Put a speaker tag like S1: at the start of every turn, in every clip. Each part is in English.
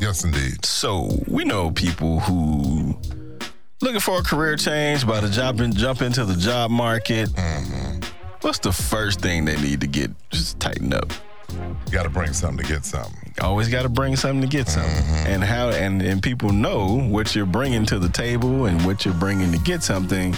S1: Yes, indeed.
S2: So we know people who looking for a career change, about to jump in, jump into the job market. What's the first thing they need to get just tighten up?
S1: You got to bring something to get something.
S2: Always got to bring something to get something, and how and and people know what you're bringing to the table and what you're bringing to get something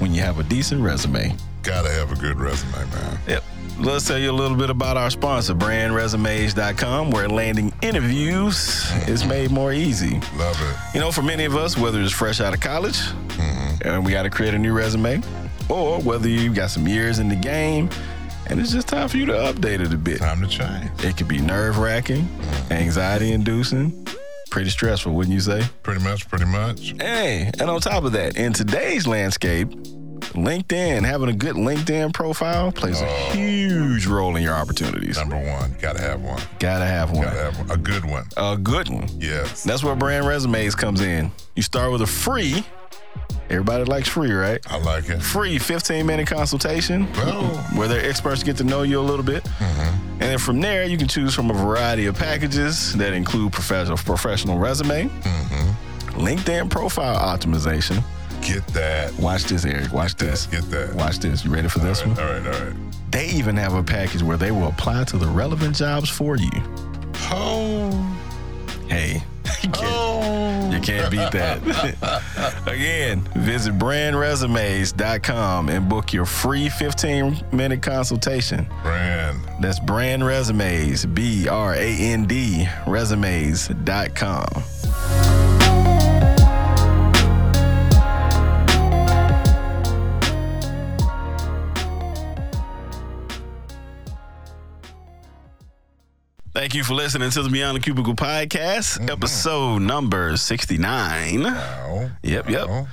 S2: when you have a decent resume.
S1: Got to have a good resume, man.
S2: Yep. Let's tell you a little bit about our sponsor, brandresumes.com, where landing interviews is made more easy.
S1: Love it.
S2: You know, for many of us, whether it's fresh out of college and we got to create a new resume, or whether you've got some years in the game and it's just time for you to update it a bit.
S1: Time to change.
S2: It could be nerve wracking, anxiety inducing, pretty stressful, wouldn't you say?
S1: Pretty much, pretty much.
S2: Hey, and on top of that, in today's landscape, LinkedIn, having a good LinkedIn profile plays a huge role in your opportunities.
S1: Number one, got to have one.
S2: Gotta have
S1: Got to
S2: one.
S1: have one. A good one.
S2: A good one.
S1: Yes.
S2: That's where brand resumes comes in. You start with a free. Everybody likes free, right?
S1: I like it.
S2: Free 15 minute consultation
S1: Well,
S2: where their experts get to know you a little bit.
S1: Mm-hmm.
S2: And then from there, you can choose from a variety of packages that include professional professional resume,
S1: Mm-hmm.
S2: LinkedIn profile optimization.
S1: get that.
S2: Watch this, Eric. Watch this.
S1: Get that.
S2: Watch this. You ready for this
S1: All
S2: one?
S1: right, all right, all right.
S2: They even have a package where they will apply to the relevant jobs for you.
S1: Oh,
S2: Hey, you can't-
S1: oh.
S2: You can't beat that. Again, visit brandresumes.com and book your free 15 minute consultation.
S1: Brand.
S2: That's brand resumes, B R A N D, resumes.com. Thank you for listening to the Beyond the Cubicle podcast, episode number 69.
S1: Ow.
S2: Yep, yep.
S1: Ow.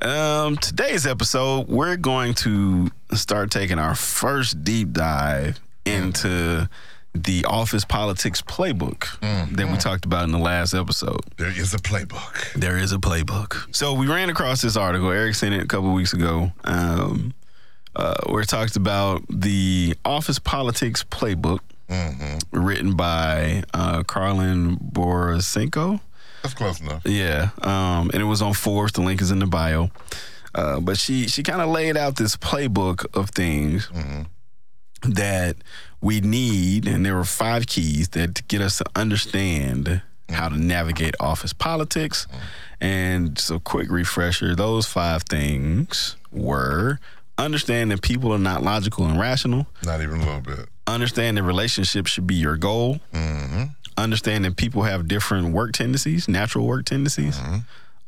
S2: Um, today's episode, we're going to start taking our first deep dive into the office politics playbook that we talked about in the last episode.
S1: There is a playbook.
S2: Mm. There is a playbook. So we ran across this article. Eric sent it a couple weeks ago. Um, uh, where it talks about the office politics playbook Mm-hmm. written by uh, Carlin Borisenko.
S1: That's close enough.
S2: Yeah, um, and it was on Forbes. The link is in the bio. Uh, but she she kind of laid out this playbook of things that we need, and there were five keys that get us to understand how to navigate office politics. And so, quick refresher: those five things were understand that people are not logical and rational.
S1: Not even a little bit.
S2: Understand that relationships should be your goal
S1: Mm-hmm.
S2: understand that people have different work tendencies, natural work tendencies.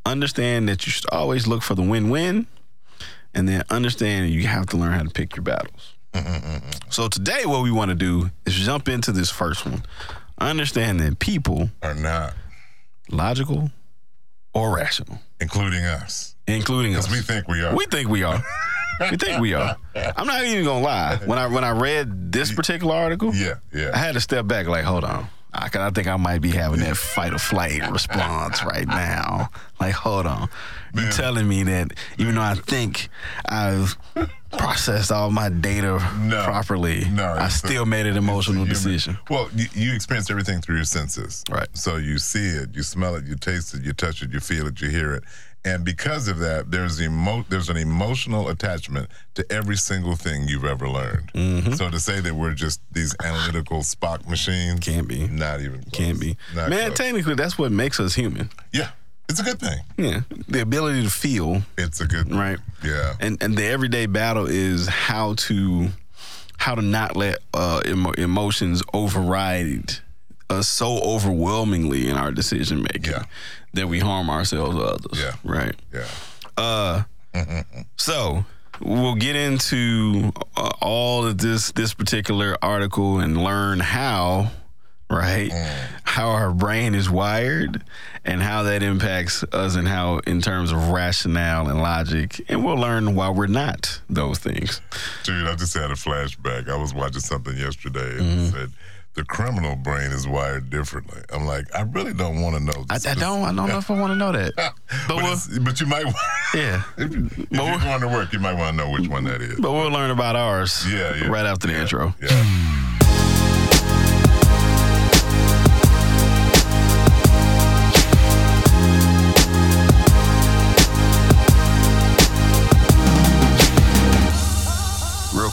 S2: Understand that you should always look for the win win. And then understand you have to learn how to pick your battles. So, today, what we want to do is jump into this first one. Understand that people,
S1: Or not,
S2: logical or rational,
S1: including us.
S2: including us,
S1: We think we are.
S2: we think we are. we think we are. I'm not even gonna lie. When I when I read this particular article,
S1: yeah,
S2: I
S1: yeah.
S2: had to step back, like, hold on. I, I think I might be having that fight or flight response right now. Like, hold on. you
S1: Man.
S2: telling me that even though I think I've processed all my data
S1: No.
S2: properly,
S1: No,
S2: I
S1: it's a-
S2: still made an emotional
S1: You-
S2: decision.
S1: Well, you, you experience everything through your senses.
S2: Right.
S1: So you see it, you smell it, you taste it, you touch it, you feel it, you hear it. And because of that, there's emo- there's an emotional attachment to every single thing you've ever learned.
S2: Mm-hmm.
S1: So to say that we're just these analytical Spock machines
S2: Can't be.
S1: Not even close.
S2: Can't be.
S1: Not
S2: Man,
S1: close.
S2: technically, that's what makes us human.
S1: yeah, it's a good thing.
S2: Yeah. The ability to feel,
S1: It's a good
S2: right?
S1: Yeah.
S2: and and the everyday battle is how to how to not let uh, emo- emotions override us so overwhelmingly in our decision making
S1: Yeah.
S2: that we harm ourselves or others.
S1: Yeah.
S2: Right.
S1: Yeah.
S2: So we'll get into uh, all of this this particular article and learn how right how our brain is wired and how that impacts us and how in terms of rationale and logic and we'll learn why we're not those things
S1: Dude, I just had a flashback. I was watching something yesterday and
S2: Mm-hmm.
S1: it said the criminal brain is wired differently. I'm like, I really don't want to know.
S2: I,
S1: This
S2: I don't I don't know if I want to know that
S1: But,
S2: we'll-
S1: it's- but you might.
S2: yeah
S1: If, you- if
S2: we'll-
S1: you're going to work, you might want to know which one that is.
S2: but we'll learn about ours
S1: Yeah, yeah,
S2: right after the intro
S1: Yeah.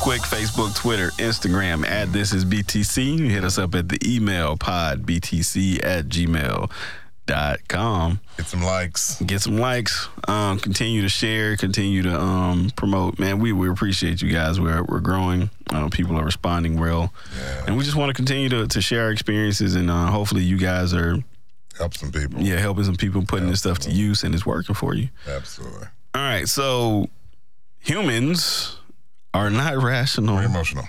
S2: Click Facebook, Twitter, Instagram at This Is BTC. Hit us up at the email pod, BTC at gmail.com.
S1: Get some likes.
S2: Get some likes. Um, continue to share. Continue to um, promote. Man, we, we appreciate you guys. We're, we're growing. Uh, people are responding well.
S1: Yeah.
S2: And we just want to continue to, to share our experiences. And uh, hopefully, you guys are
S1: Help some people.
S2: yeah helping some people, putting this stuff to use, and it's working for you.
S1: Absolutely.
S2: All right, so humans are not rational.
S1: We're emotional.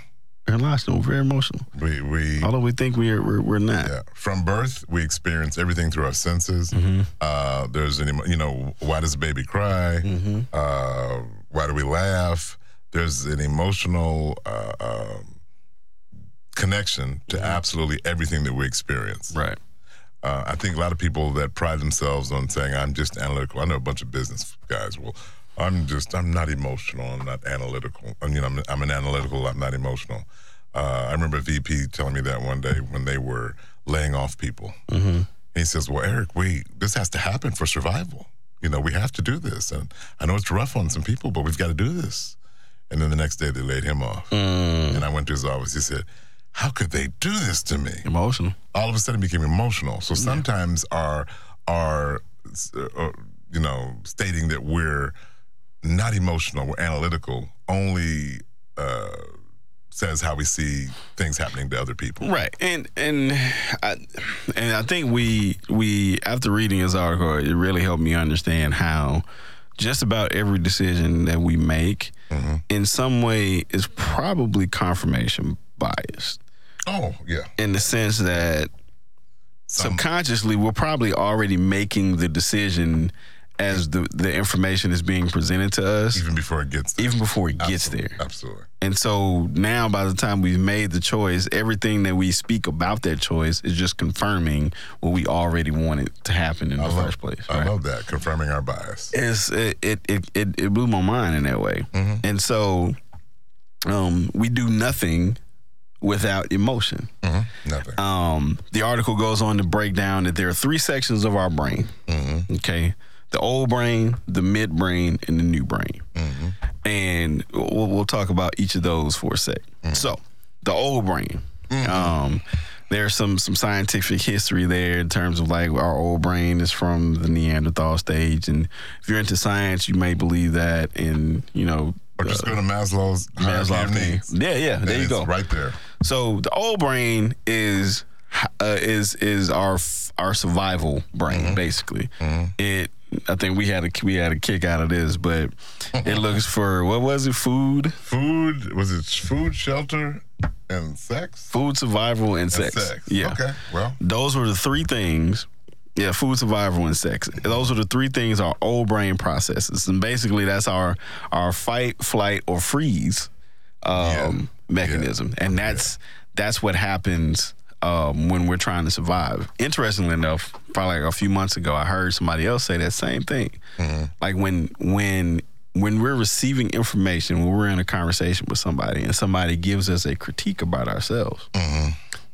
S2: We're rational, very emotional.
S1: We we
S2: Although we think we're we're, we're not.
S1: yeah. From birth, we experience everything through our senses.
S2: Mm. Mm-hmm.
S1: Uh, there's an emo- you know why does a baby cry? Uh, why do we laugh? There's an emotional uh, um, connection to absolutely everything that we experience.
S2: Right.
S1: Uh, I think a lot of people that pride themselves on saying I'm just analytical. I know a bunch of business guys. Well, I'm just I'm not emotional. I'm not analytical. I mean, I'm I'm an analytical. I'm not emotional. Uh, I remember a VP telling me that one day when they were laying off people. And he says, "Well, Eric, we this has to happen for survival. You know, we have to do this. And I know it's rough on some people, but we've got to do this." And then the next day they laid him off.
S2: Mm-hmm.
S1: And I went to his office. He said, "How could they do this to me?"
S2: Emotional.
S1: all of a sudden became emotional. So sometimes our our uh, you know stating that we're not emotional, we're analytical, only uh, says how we see things happening to other people.
S2: Right. And and I and I think we we after reading this article, it really helped me understand how just about every decision that we make in some way is probably confirmation biased.
S1: Oh yeah,
S2: in the sense that subconsciously we're probably already making the decision as the, the information is being presented to us
S1: even before it gets there.
S2: even before it gets there
S1: Mm-hmm. Absolutely.
S2: and so now by the time we've made the choice everything that we speak about that choice is just confirming what we already wanted to happen in the
S1: love-
S2: first place
S1: I
S2: right?
S1: love that confirming our bias.
S2: it's it it it, it, it blew my mind in that way and so um, we do nothing without emotion
S1: hmm Nothing.
S2: um, the article goes on to break down that there are three sections of our brain. Okay, the old brain, the mid brain, and the new brain. And we'll, we'll talk about each of those for a sec. So, the old brain. Um, there's some some scientific history there in terms of like our old brain is from the Neanderthal stage, and if you're into science, you may believe that. And you know,
S1: or just go to Maslow's
S2: Maslow's
S1: hierarchy of
S2: thing.
S1: needs.
S2: yeah, yeah, there you
S1: It's
S2: go.
S1: Right there.
S2: So the old brain is uh, is is our our survival brain
S1: Mm-hmm.
S2: basically. It I think we had a we had a kick out of this, but it looks for what was it? Food,
S1: Food was it? Food, shelter, and sex.
S2: food survival, and sex.
S1: Sex.
S2: Yeah,
S1: Okay. Well.
S2: those were the three things. Yeah, food survival and sex. Those are the three things our old brain processes, and basically that's our our fight, flight, or freeze um, mechanism, and that's that's what happens um, when we're trying to survive. Interestingly enough, probably like a few months ago, I heard somebody else say that same thing. Like when when when we're receiving information, when we're in a conversation with somebody, and somebody gives us a critique about ourselves,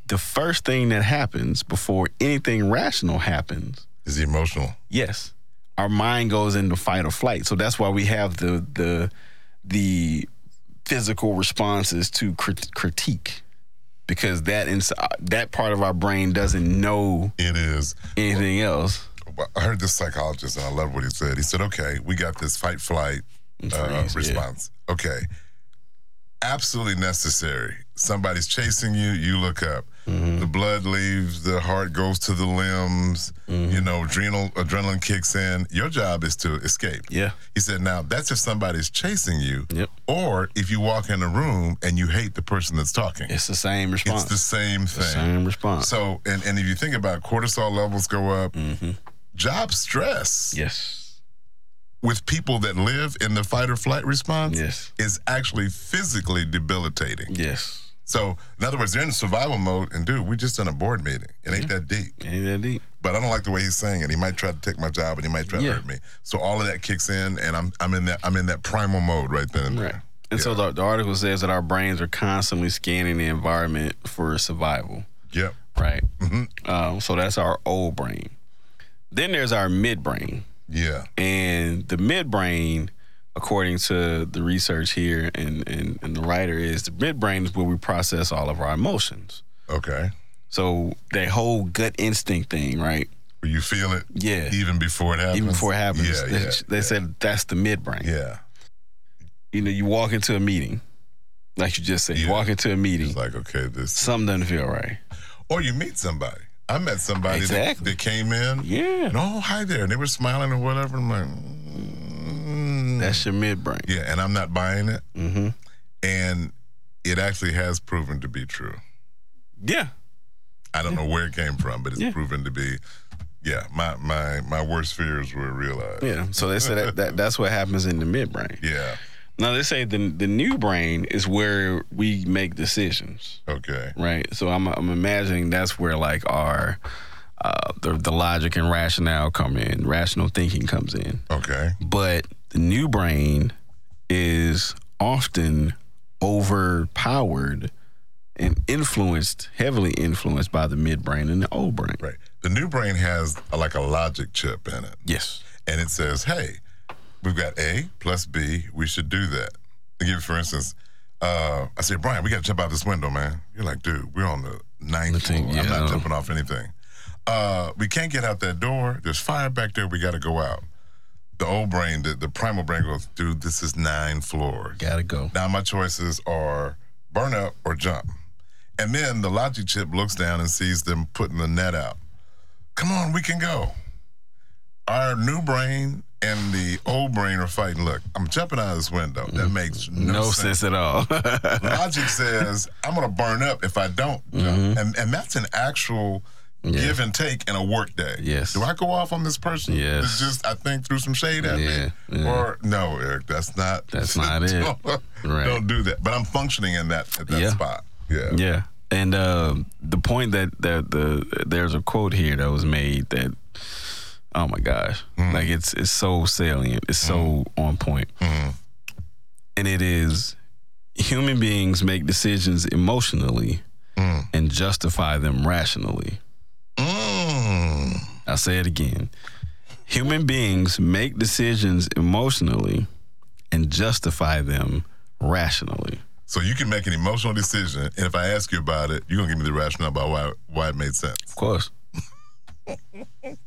S2: the first thing that happens before anything rational happens
S1: Is he emotional?
S2: Yes. Our mind goes into fight or flight. So that's why we have the the the physical responses to crit- critique because that ins- that part of our brain doesn't know
S1: It is.
S2: anything else.
S1: I heard this psychologist and I love what he said. He said, "Okay, we got this fight flight uh,
S2: Freeze, yeah.
S1: response. Okay, absolutely necessary. Somebody's chasing you. You look up.
S2: Mm-hmm.
S1: The blood leaves. The heart goes to the limbs.
S2: Mm-hmm.
S1: You know, adrenal adrenaline kicks in. Your job is to escape."
S2: Yeah.
S1: He said, "Now that's if somebody's chasing you,
S2: Yep.
S1: or if you walk in a room and you hate the person that's talking.
S2: It's the same response.
S1: It's the same thing."
S2: same response. Mm-hmm.
S1: So, and, and if you think about it, cortisol levels go up, job stress
S2: yes.
S1: with people that live in the fight or flight response
S2: Yes.
S1: is actually physically debilitating.
S2: Yes.
S1: So, in other words, they're in survival mode, and dude, we just in a board meeting. It ain't that deep.
S2: Ain't that deep?
S1: But I don't like the way he's saying it. He might try to take my job, and he might try
S2: Yeah.
S1: to hurt me. So all of that kicks in, and I'm I'm in that I'm in that primal mode right then and there.
S2: Right. And so the, the article says that our brains are constantly scanning the environment for survival.
S1: Yep. Mm-hmm.
S2: Right. Um, so that's our old brain. Then there's our midbrain.
S1: Yeah.
S2: And the midbrain according to the research here and, and, and the writer, is the midbrain is where we process all of our emotions.
S1: Okay.
S2: So that whole gut instinct thing, right?
S1: Where you feel it
S2: Yeah.
S1: even before it happens.
S2: Even before it happens,
S1: Yeah,
S2: they,
S1: yeah,
S2: they
S1: yeah.
S2: said that's the midbrain.
S1: Yeah.
S2: You know, you walk into a meeting, like you just said, you
S1: Yeah.
S2: walk into a meeting,
S1: It's like okay, this.
S2: something doesn't feel right.
S1: Or you meet somebody. I met somebody
S2: Exactly.
S1: that, that came in.
S2: Yeah.
S1: And, oh, hi there, and they were smiling or whatever. I'm like, mm.
S2: That's your midbrain.
S1: yeah, and I'm not buying it.
S2: Mm-hmm.
S1: And it actually has proven to be true.
S2: Yeah.
S1: I don't know where it came from, but it's
S2: Yeah.
S1: proven to be. Yeah, my my my worst fears were realized.
S2: Yeah. So they said that, that that's what happens in the midbrain.
S1: Yeah.
S2: Now they say the the new brain is where we make decisions,
S1: Okay.
S2: right? So I'm I'm imagining that's where like our uh, the the logic and rationale come in, rational thinking comes in.
S1: Okay.
S2: But the new brain is often overpowered and influenced, heavily influenced by the midbrain and the old brain.
S1: Right. The new brain has a, like a logic chip in it,
S2: Yes.
S1: and it says, "Hey, we've got A plus B. We should do that." I give you, for instance, uh, I say, "Brian, we got to jump out this window, man." You're like, "Dude, we're on the ninth
S2: Nothing,
S1: floor. I'm
S2: yeah.
S1: not jumping off anything. Uh, we can't get out that door. There's fire back there. We got to go out." The old brain, the, the primal brain goes, "Dude, this is nine floors.
S2: Gotta go.
S1: Now my choices are burn up or jump. And then the logic chip looks down and sees them putting the net out. Come on, we can go. Our new brain and the old brain are fighting. Look, I'm jumping out of this window. That makes Mm-hmm. no,
S2: No,
S1: sense.
S2: sense. at all.
S1: Logic says I'm gonna burn up if I don't jump,
S2: Mm-hmm.
S1: and and that's an actual give and take in a work day.
S2: Yes.
S1: Do I go off on this person?
S2: Yes.
S1: It's just I think threw some shade at
S2: Yeah,
S1: me.
S2: yeah.
S1: Or no, Eric, that's not.
S2: That's not it.
S1: Don't,
S2: Right.
S1: don't do that. But I'm functioning in that at that
S2: Yeah.
S1: spot. Yeah.
S2: Yeah, and uh, the point that that the there's a quote here that was made that oh my gosh, like it's it's so salient, it's so on point, and it is human beings make decisions emotionally and justify them rationally.
S1: Mm.
S2: I say it again. Human beings make decisions emotionally and justify them rationally.
S1: So you can make an emotional decision, and if I ask you about it, you're gonna give me the rationale about why why it made sense.
S2: Of course. and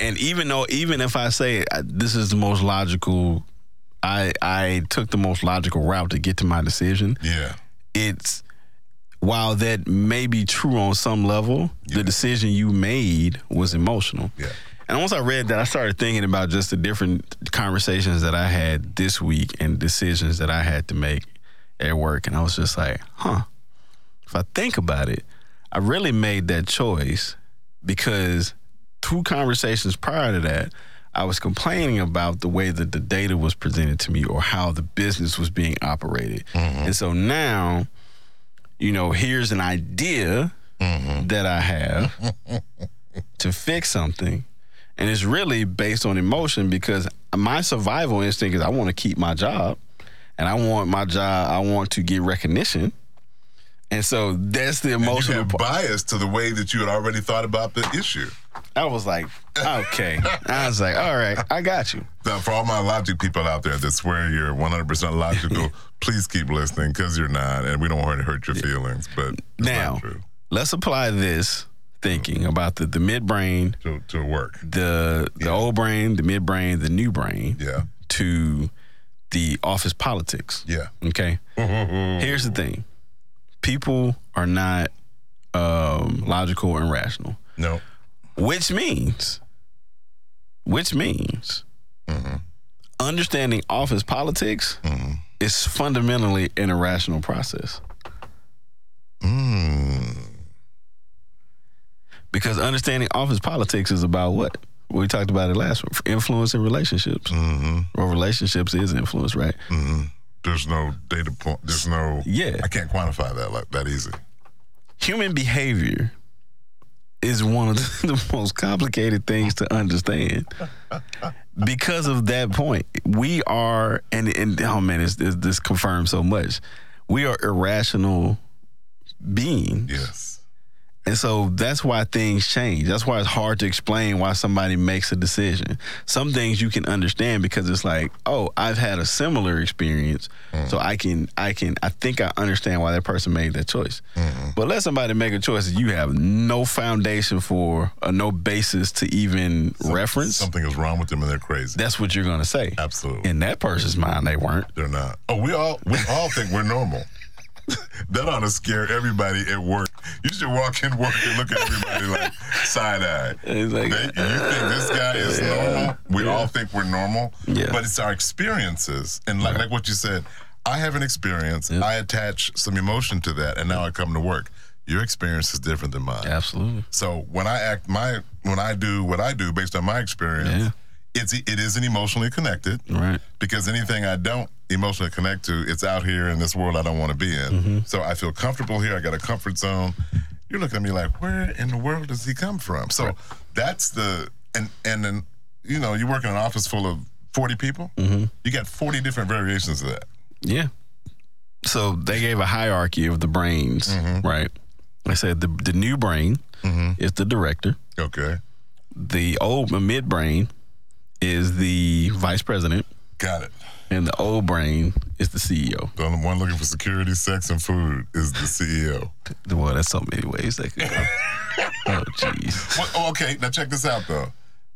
S2: and even though even if I say uh, this is the most logical, I I took the most logical route to get to my decision.
S1: Yeah.
S2: It's while that may be true on some level, the decision you made was emotional.
S1: Yeah.
S2: And once I read that, I started thinking about just the different conversations that I had this week and decisions that I had to make at work. And I was just like, huh, if I think about it, I really made that choice because two conversations prior to that, I was complaining about the way that the data was presented to me or how the business was being operated. And so now, you know, here's an idea
S1: Mm-hmm.
S2: that I have to fix something. And it's really based on emotion because my survival instinct is I want to keep my job and I want my job, I want to get recognition. And so that's the
S1: You
S2: emotional
S1: have
S2: part.
S1: bias to the way that you had already thought about the issue.
S2: I was like, okay. I was like, all right, I got you.
S1: Now, for all my logic people out there that swear you're 100% logical, please keep listening because you're not, and we don't want to hurt your feelings. But it's
S2: Now,
S1: not true.
S2: let's apply this thinking about the, the midbrain,
S1: To, to work,
S2: the the old brain, the midbrain, the new brain
S1: yeah,
S2: to the office politics.
S1: yeah.
S2: Okay. Here's the thing. People are not um, logical and rational.
S1: No,
S2: Which means, which means, understanding office politics is fundamentally an irrational process. Because understanding office politics is about what? We talked about it last week influence in relationships. Or relationships is influence, right?
S1: there's no data point. There's no.
S2: Yeah.
S1: I can't quantify that like that easy.
S2: Human behavior is one of the, the most complicated things to understand. because of that point, we are, and, and oh man, this, this, this confirms so much. We are irrational beings.
S1: Yes.
S2: And so that's why things change. That's why it's hard to explain why somebody makes a decision. Some things you can understand because it's like, oh, I've had a similar experience, so I can, I can, I think I understand why that person made that choice. But let somebody make a choice that you have no foundation for, or no basis to even reference.
S1: Something is wrong with them and they're crazy.
S2: that's what you're gonna say.
S1: Absolutely.
S2: In that person's mind, they weren't.
S1: They're not. Oh, we all we all think we're normal. that ought to scare everybody at work. You should walk in work and look at everybody like side eye.
S2: It's like,
S1: you think this guy is normal? We all think we're normal,
S2: Yeah.
S1: but it's our experiences. And like, like what you said, I have an experience. I attach some emotion to that, and now I come to work. Your experience is different than mine.
S2: Absolutely.
S1: So when I act my when I do what I do based on my experience,
S2: Yeah.
S1: it's it isn't emotionally connected
S2: Right.
S1: because anything I don't emotionally connect to, it's out here in this world I don't want to be in. So I feel comfortable here. I got a comfort zone. You're looking at me like, where in the world does he come from? So that's the and and then you know you work in an office full of 40 people. You got 40 different variations of that.
S2: Yeah. So they gave a hierarchy of the brains, right? I said the the new brain is the director.
S1: Okay,
S2: The old mid brain is the vice president,
S1: got it.
S2: and the old brain is the E CEO.
S1: The only one looking for security, sex, and food is the E CEO.
S2: Well, that's so many ways that could go. oh, jeez.
S1: What, oh, okay, now check this out though.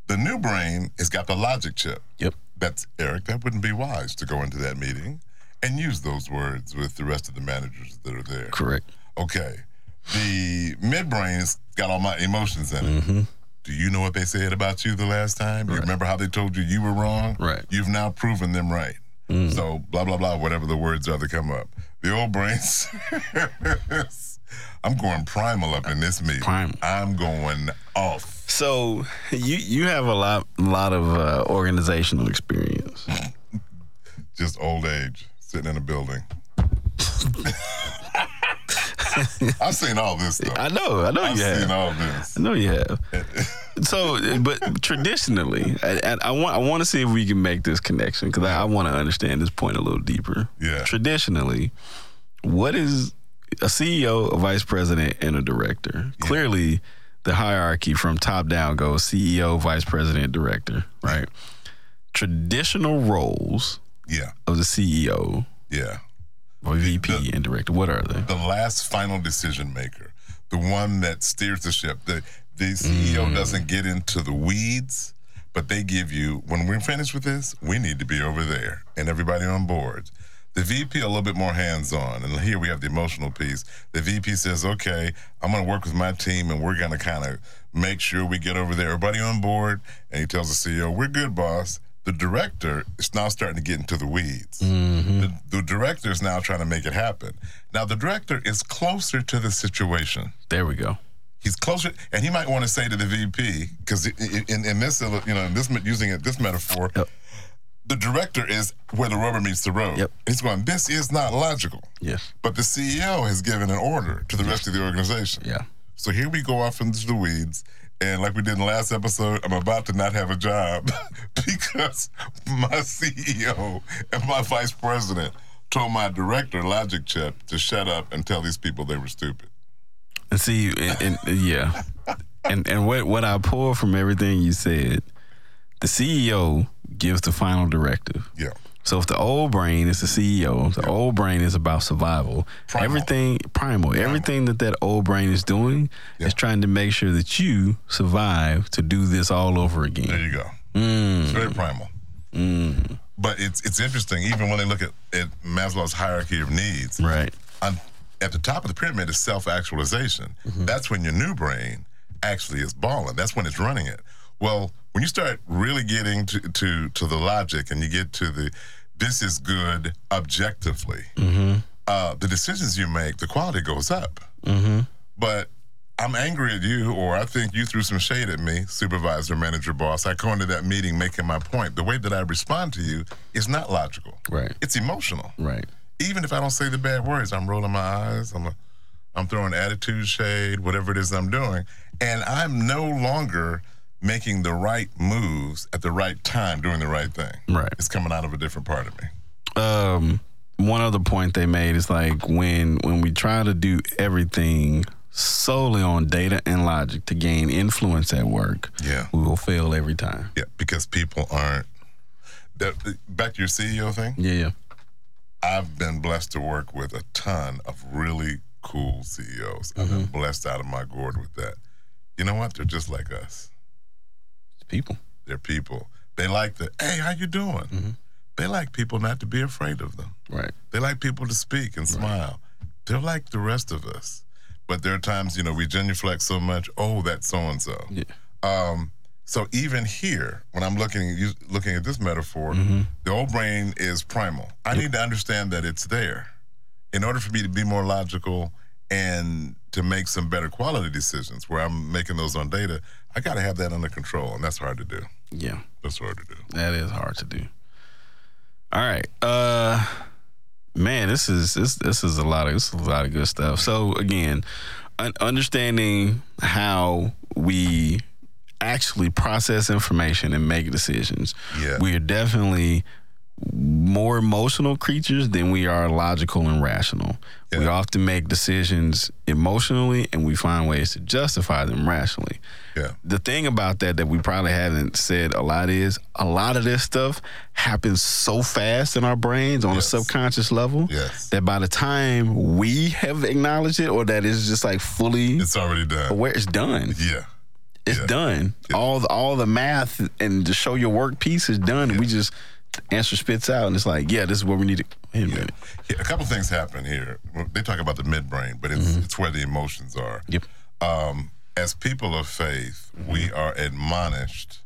S1: The new brain has got the logic chip.
S2: Yep.
S1: That's Eric. That wouldn't be wise to go into that meeting and use those words with the rest of the managers that are there.
S2: Correct.
S1: Okay. The midbrain's got all my emotions in it.
S2: Mm-hmm.
S1: Do you know what they said about you the last time? You remember how they told you you were wrong?
S2: Right. Mm.
S1: You've now proven them right. So blah blah blah, whatever the words are that come up. The old brains. I'm going primal up in this meeting.
S2: Primal.
S1: I'm going off.
S2: So you you have a lot lot of uh, organizational experience.
S1: just old age sitting in a building. I've seen all this stuff.
S2: I know. I know
S1: I've
S2: you have.
S1: seen all this.
S2: I know you have. so, but traditionally, I, I- I want I want to see if we can make this connection because I, I want to understand this point a little deeper.
S1: Yeah.
S2: Traditionally, what is a CEO, a vice president, and a director? Clearly, the hierarchy from top down goes CEO, vice president, director. Right. Traditional roles
S1: Yeah,
S2: of the E CEO
S1: yeah.
S2: or VP and director. What are they?
S1: The last final decision maker, the one that steers the ship. The the CEO doesn't get into the weeds, but they give you when we're finished with this, we need to be over there and everybody on board. The VP a little bit more hands on, and here we have the emotional piece. The VP says, "Okay, I'm going to work with my team, and we're going to kind of make sure we get over there. Everybody on board." And he tells the CEO, "We're good, boss." The director is now starting to get into the weeds. The, the director is now trying to make it happen. Now the director is closer to the situation
S2: There we go.
S1: he's closer, and he might want to say to the VP because in, in this illu- you know in this using it this metaphor,
S2: Yep.
S1: the director is where the rubber meets the road.
S2: Yep.
S1: He's going, this is not logical,
S2: Yes.
S1: but the CEO has given an order to the rest of the organization.
S2: Yeah.
S1: So here we go off into the weeds. And like we did in the last episode, I'm about to not have a job because my CEO and my vice president told my director, Logic Chip, to shut up and tell these people they were stupid.
S2: And see, and, and yeah, and and what what I pull from everything you said, the CEO gives the final directive.
S1: Yeah.
S2: So if the old brain is the CEO, the old brain is about survival.
S1: Primal.
S2: Everything primal, everything that that old brain is doing is trying to make sure that you survive to do this all over
S1: There
S2: again. Mm.
S1: you go. It's very primal. But it's it's interesting. Even when they look at, at Maslow's hierarchy of needs,
S2: Right.
S1: on, at the top of the pyramid is self actualization. That's when your new brain actually is balling. That's when it's running it. Well, when you start really getting to, to, to the logic and you get to the this is good objectively, uh, the decisions you make, the quality goes up. But I'm angry at you, or I think you threw some shade at me, supervisor, manager, boss. I go into that meeting making my point. The way that I respond to you is not logical,
S2: Right.
S1: it's emotional
S2: Right.
S1: even if I don't say the bad words, I'm rolling my eyes. I'm, a, I'm throwing attitude shade, whatever it is I'm doing, and I'm no longer making the right moves at the right time, doing the right thing.
S2: Right.
S1: It's coming out of a different part of me.
S2: um one other point they made is like when when we try to do everything solely on data and logic to gain influence at work,
S1: Yeah.
S2: we will fail every time.
S1: Yeah, because people aren't. That, back to your CEO thing.
S2: Yeah, yeah.
S1: I've been blessed to work with a ton of really cool CEOs. I've been blessed out of my gourd with that. You know what? They're just like us.
S2: It's people.
S1: They're people. They like the hey, how you doing? They like people not to be afraid of them.
S2: Right.
S1: They like people to speak and smile. They're like the rest of us. But there are times, you know, we genuflect so much. Oh, that's so and so.
S2: Yeah.
S1: Um, so even here, when I'm looking you, looking at this metaphor,
S2: Mm-hmm.
S1: the old brain is primal. I need to understand that it's there, in order for me to be more logical and to make some better quality decisions. Where I'm making those on data, I got to have that under control, and that's hard to do.
S2: Yeah.
S1: That's hard to do.
S2: That is hard to do. All right. Uh man, this is this this is a lot of this is a lot of good stuff. So again, un- understanding how we actually process information and make decisions.
S1: Yeah.
S2: We are definitely more emotional creatures than we are logical and rational. We
S1: Yeah.
S2: often make decisions emotionally and we find ways to justify them rationally
S1: Yeah.
S2: the thing about that that we probably haven't said a lot is a lot of this stuff happens so fast in our brains on
S1: Yes.
S2: a subconscious level
S1: Yes.
S2: that by the time we have acknowledged it or that it's just like fully
S1: It's already done.
S2: aware, it's done.
S1: Yeah.
S2: It's
S1: yeah.
S2: done. All the, all the math and to show your work piece is done. We just the answer spits out and it's like, yeah, this is what we need to. Wait a minute.
S1: Yeah, a couple things happen here. They talk about the midbrain, but it's it's where the emotions are.
S2: Yep.
S1: Um, as people of faith, we are admonished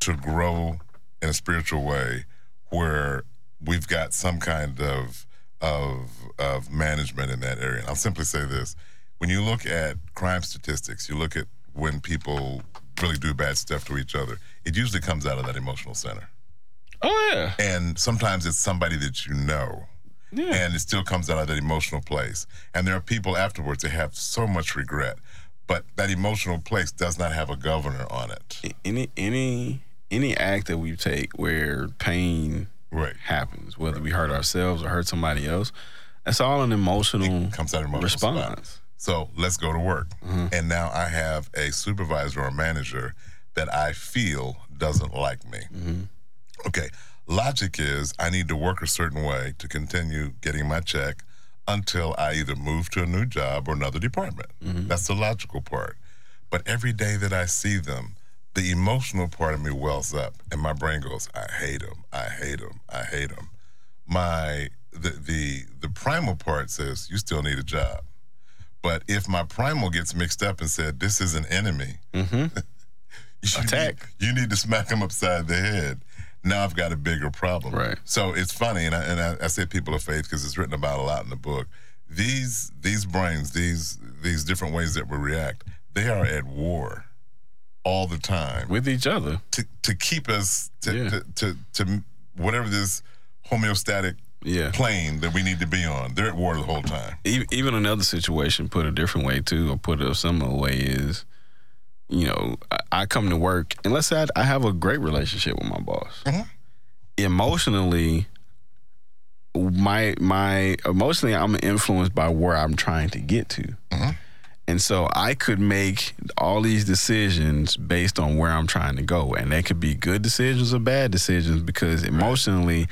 S1: to grow in a spiritual way, where we've got some kind of of of management in that area. And I'll simply say this: when you look at crime statistics, you look at when people really do bad stuff to each other. It usually comes out of that emotional center
S2: Oh yeah.
S1: and sometimes it's somebody that you know and it still comes out of that emotional place and there are people afterwards that have so much regret but that emotional place does not have a governor on it
S2: Any any any act that we take where pain
S1: right
S2: happens, whether we hurt ourselves or hurt somebody else. That's all an emotional
S1: comes out of emotional spot.
S2: response.
S1: so let's go to work and now i have a supervisor or manager that i feel doesn't like me okay logic is i need to work a certain way to continue getting my check until i either move to a new job or another department
S2: Mm-hmm.
S1: that's the logical part but every day that i see them the emotional part of me wells up and my brain goes i hate them i hate them i hate them my the the, the primal part says you still need a job but if my primal gets mixed up and said this is an enemy
S2: Mm-hmm.
S1: you
S2: Attack.
S1: Need, you need to smack them upside the head. Now I've got a bigger problem.
S2: Right.
S1: So it's funny, and I, and I, I say people of faith because it's written about a lot in the book. These these brains, these these different ways that we react, they are at war all the time
S2: With each other.
S1: to to keep us to
S2: Yeah.
S1: to, to, to whatever this homeostatic
S2: Yeah.
S1: plane that we need to be on. They're at war the whole time.
S2: E- Even another situation, put a different way too, or put a similar way is, you know, I, I come to work and let's say I, I have a great relationship with my boss.
S1: Mhm.
S2: Emotionally, my my emotionally, I'm influenced by where I'm trying to get to.
S1: Mhm.
S2: And so I could make all these decisions based on where I'm trying to go. And they could be good decisions or bad decisions because emotionally,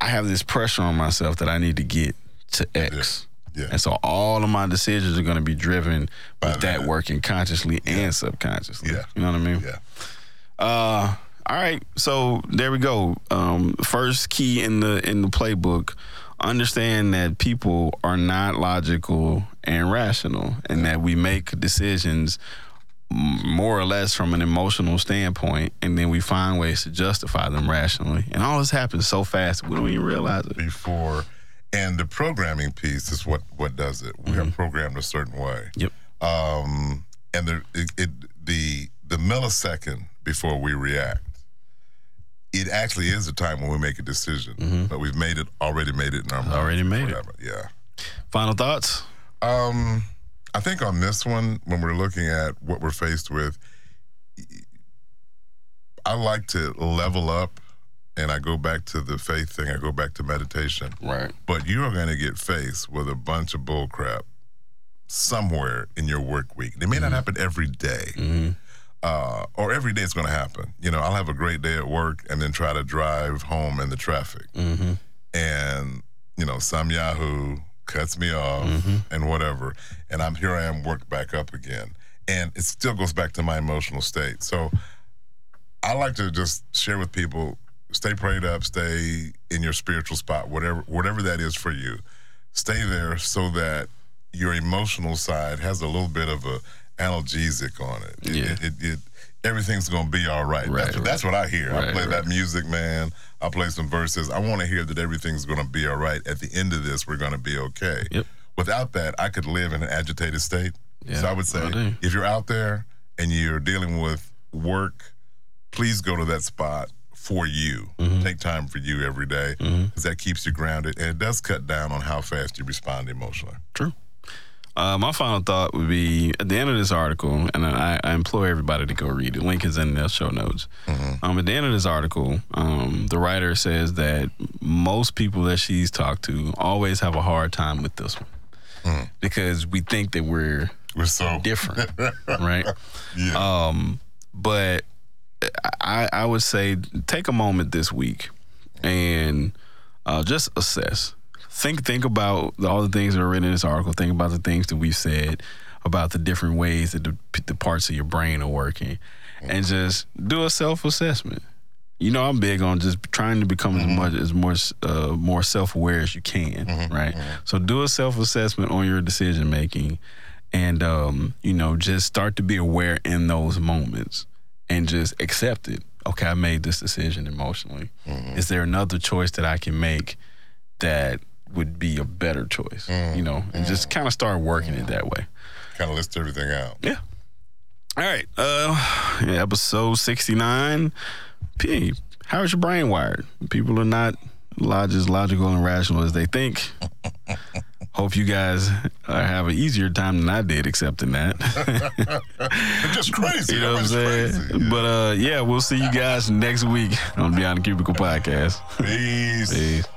S2: I have this pressure on myself that I need to get to X.
S1: Yeah.
S2: And so all of my decisions are going to be driven
S1: By
S2: with that
S1: that.
S2: working consciously and subconsciously.
S1: Yeah.
S2: You know what I mean?
S1: Yeah.
S2: Uh, all right. So there we go. Um, first key in the in the playbook: understand that people are not logical and rational, and that we make decisions m- more or less from an emotional standpoint, and then we find ways to justify them rationally. And all this happens so fast we don't even realize it.
S1: before and the programming piece is what what does it we are programmed a certain way
S2: Mm-hmm. Yep.
S1: um and the it, it the the millisecond before we react it actually is a time when we make a decision but we've made it already made it in our mind
S2: Mm-hmm. Already made it.
S1: whatever yeah
S2: Final thoughts.
S1: um, I think on this one, when we're looking at what we're faced with, I like to level up, and I go back to the faith thing. I go back to meditation.
S2: Right.
S1: But you are going to get faced with a bunch of bull crap somewhere in your work week. It may not happen every day,
S2: Mm-hmm,
S1: uh, or every day it's going to happen. You know, I'll have a great day at work and then try to drive home in the traffic,
S2: mm-hmm,
S1: and you know, some Yahoo cuts me off
S2: mm-hmm.
S1: and whatever, and I'm here. I am worked back up again, and it still goes back to my emotional state. So. I like to just share with people: stay prayed up, stay in your spiritual spot, whatever whatever that is for you. Stay there so that your emotional side has a little bit of a analgesic on it. It-
S2: Yeah.
S1: It, it, it- everything's gonna be all right.
S2: Right,
S1: that's,
S2: right.
S1: that's what I hear. I
S2: Right,
S1: play
S2: right.
S1: that music, man. I play some verses. I want to hear that everything's gonna be all right. At the end of this, we're gonna be okay.
S2: Yep.
S1: Without that, I could live in an agitated state.
S2: Yeah,
S1: so I would say,
S2: I do.
S1: if you're out there and you're dealing with work, please go to that spot for you.
S2: Mm-hmm.
S1: Take time for you every day, 'cause that keeps you grounded and it does cut down on how fast you respond emotionally.
S2: True. Uh, my final thought would be at the end of this article, and I, I implore everybody to go read it. Link is in the show notes.
S1: Mm-hmm.
S2: Um, at the end of this article, um, the writer says that most people that she's talked to always have a hard time with this one Mm. because we think that we're
S1: We're so
S2: different, right?
S1: yeah.
S2: Um, but I, I would say take a moment this week and uh, just assess. Think think about all the things that are written in this article. Think about the things that we've said about the different ways that the, the parts of your brain are working, and just do a self assessment. You know, I'm big on just trying to become
S1: Mm-hmm.
S2: as much as more uh, more self aware as you can, right?
S1: Mm-hmm.
S2: So do a self assessment on your decision making, and um, you know, just start to be aware in those moments and just accept it. Okay, I made this decision emotionally. Is there another choice that I can make that would be a better choice? You know, and just kind of start working it that way.
S1: kind of list everything out.
S2: Yeah. All right. Uh, yeah, episode sixty nine. P. How is your brain wired? People are not log- as logical and rational as they think. Hope you guys uh, have an easier time than I did accepting that.
S1: It's just crazy.
S2: You know what I'm saying?
S1: Everybody's crazy.
S2: But uh, yeah, we'll see you guys next week on Beyond the Cubicle Podcast.
S1: Peace.
S2: Peace.